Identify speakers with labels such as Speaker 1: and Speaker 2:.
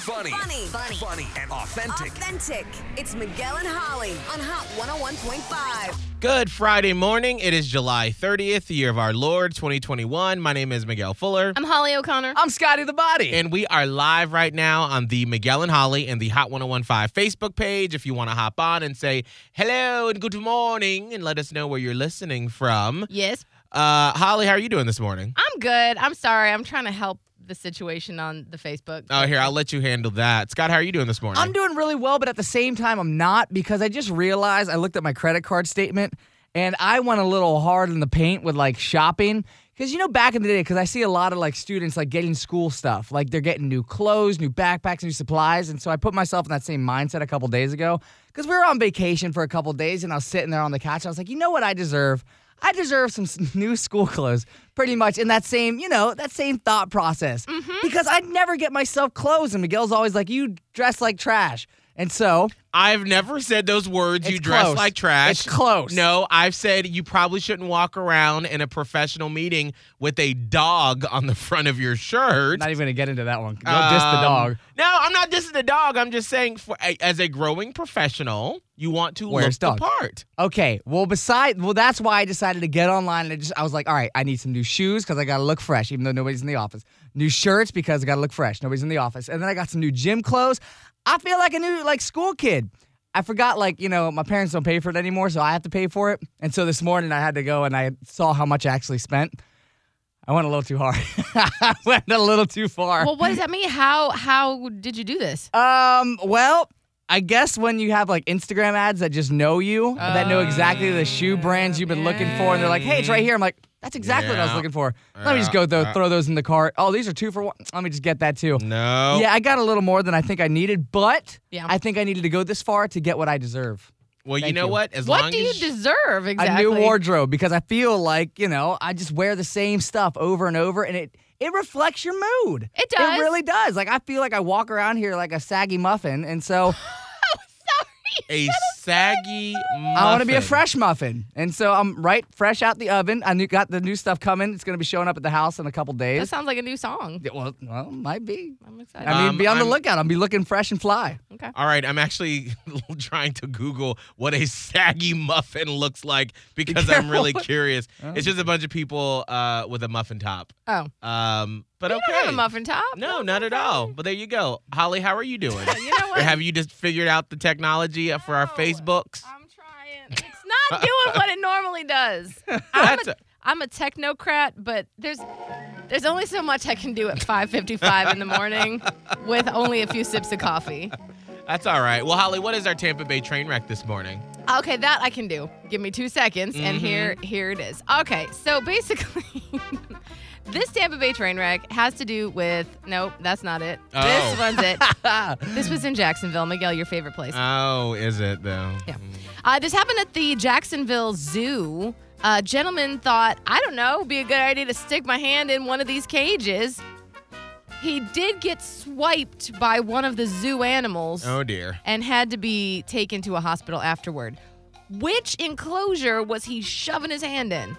Speaker 1: Funny.
Speaker 2: Funny. Funny.
Speaker 1: Funny and authentic.
Speaker 2: Authentic. It's Miguel and Holly on Hot 101.5.
Speaker 3: Good Friday morning. It is July 30th, the year of our Lord 2021. My name is Miguel Fuller.
Speaker 4: I'm Holly O'Connor.
Speaker 5: I'm Scotty the Body.
Speaker 3: and we are live right now on the Miguel and Holly and the Hot 1015 Facebook page. If you want to hop on and say hello and good morning and let us know where you're listening from.
Speaker 4: yes,
Speaker 3: Uh, Holly, how are you doing this morning?
Speaker 4: I'm good. I'm sorry. I'm trying to help the situation on the Facebook.
Speaker 3: Oh, here, I'll let you handle that. Scott, how are you doing this morning?
Speaker 5: I'm doing really well, but at the same time, I'm not because I just realized I looked at my credit card statement and I went a little hard in the paint with like shopping. Because you know, back in the day, because I see a lot of like students like getting school stuff, like they're getting new clothes, new backpacks, new supplies. And so I put myself in that same mindset a couple days ago because we were on vacation for a couple days and I was sitting there on the couch. I was like, you know what I deserve? I deserve some s- new school clothes, pretty much in that same, you know, that same thought process. Because I'd never get myself clothes, and Miguel's always like, "You dress like trash," and so
Speaker 3: I've never said those words. you
Speaker 5: It's
Speaker 3: dress
Speaker 5: close.
Speaker 3: like trash.
Speaker 5: It's close.
Speaker 3: No, I've said you probably shouldn't walk around in a professional meeting with a dog on the front of your shirt.
Speaker 5: not even gonna get into that one. Don't diss the
Speaker 3: Um,
Speaker 5: dog.
Speaker 3: No, I'm not dissing the dog. I'm just saying, for, a- as a growing professional, you want to
Speaker 5: Where's
Speaker 3: look
Speaker 5: dog?
Speaker 3: the part.
Speaker 5: Okay, well, beside, well, that's why I decided to get online. And I just, I was like, all right, I need some new shoes because I gotta look fresh, even though nobody's in the office. New shirts because I gotta look fresh, nobody's in the office. And then I got some new gym clothes. I feel like a new like school kid. I forgot, like, you know, my parents don't pay for it anymore, so I have to pay for it. And so this morning I had to go and I saw how much I actually spent. I went a little too hard. I went a little too far.
Speaker 4: Well, what does that mean? How how did you do this?
Speaker 5: Um, well, I guess when you have like Instagram ads that just know you, that know exactly the shoe brands you've been looking for, and they're like, "Hey, it's right here." I'm like, "That's exactly what I
Speaker 3: Yeah.
Speaker 5: was looking for." Let me just
Speaker 3: Yeah.
Speaker 5: go though, throw those in the cart. Oh, these are two for one. Let me just get that too.
Speaker 3: No.
Speaker 5: Yeah, I got a little more than I think I needed, but
Speaker 4: Yeah.
Speaker 5: I think I needed to go this far to get what I deserve.
Speaker 3: Well, you
Speaker 5: Thank
Speaker 3: know
Speaker 5: you.
Speaker 3: what? As long
Speaker 4: What do you
Speaker 3: as
Speaker 4: deserve exactly?
Speaker 5: A new wardrobe because I feel like you know I just wear the same stuff over and over, and it it reflects your mood.
Speaker 4: It does.
Speaker 5: It really does. Like I feel like I walk around here like a saggy muffin, and so.
Speaker 3: a saggy,
Speaker 5: I want to be a fresh muffin, and so I'm right fresh out the oven. I knew, got the new stuff coming. It's gonna be showing up at the house in a couple
Speaker 4: That
Speaker 5: days.
Speaker 4: sounds like a new song.
Speaker 5: Yeah, well, well, might be.
Speaker 4: I'm excited.
Speaker 5: I mean,
Speaker 3: Um,
Speaker 5: be on the
Speaker 3: I'm-
Speaker 5: lookout. I'll be looking fresh and fly.
Speaker 4: okay.
Speaker 3: All right, I'm actually trying to Google what a saggy muffin looks like because I'm really curious. It's just a bunch of people uh, with a muffin top.
Speaker 4: Oh,
Speaker 3: Um, but
Speaker 4: you
Speaker 3: okay.
Speaker 4: don't have a muffin top.
Speaker 3: No, not at all. But there you go. Holly, how are you doing?
Speaker 4: You know
Speaker 3: Or
Speaker 4: what?
Speaker 3: have you just figured out the technology for our
Speaker 4: No.
Speaker 3: Facebooks?
Speaker 4: I'm trying. It's not doing what it normally does. I'm
Speaker 3: Uh, That's
Speaker 4: a,
Speaker 3: a-
Speaker 4: I'm a technocrat, but there's there's only so much I can do at 5:55 in the morning with only a few sips of coffee.
Speaker 3: That's all right. Well, Holly, what is our Tampa Bay train wreck this morning?
Speaker 4: Okay, that I can do. Give me two seconds, and
Speaker 3: Mm-hmm.
Speaker 4: here here it is. Okay, so basically, this Tampa Bay train wreck has to do with nope, that's not it.
Speaker 3: Oh.
Speaker 4: This one's it. this was in Jacksonville, Miguel, your favorite place.
Speaker 3: Oh, is it though?
Speaker 4: Yeah. Uh, this happened at the Jacksonville Zoo. A gentleman thought, I don't know, be a good idea to stick my hand in one of these cages. He did get swiped by one of the zoo animals
Speaker 3: Oh dear.
Speaker 4: and had to be taken to a hospital afterward. Which enclosure was he shoving his hand in?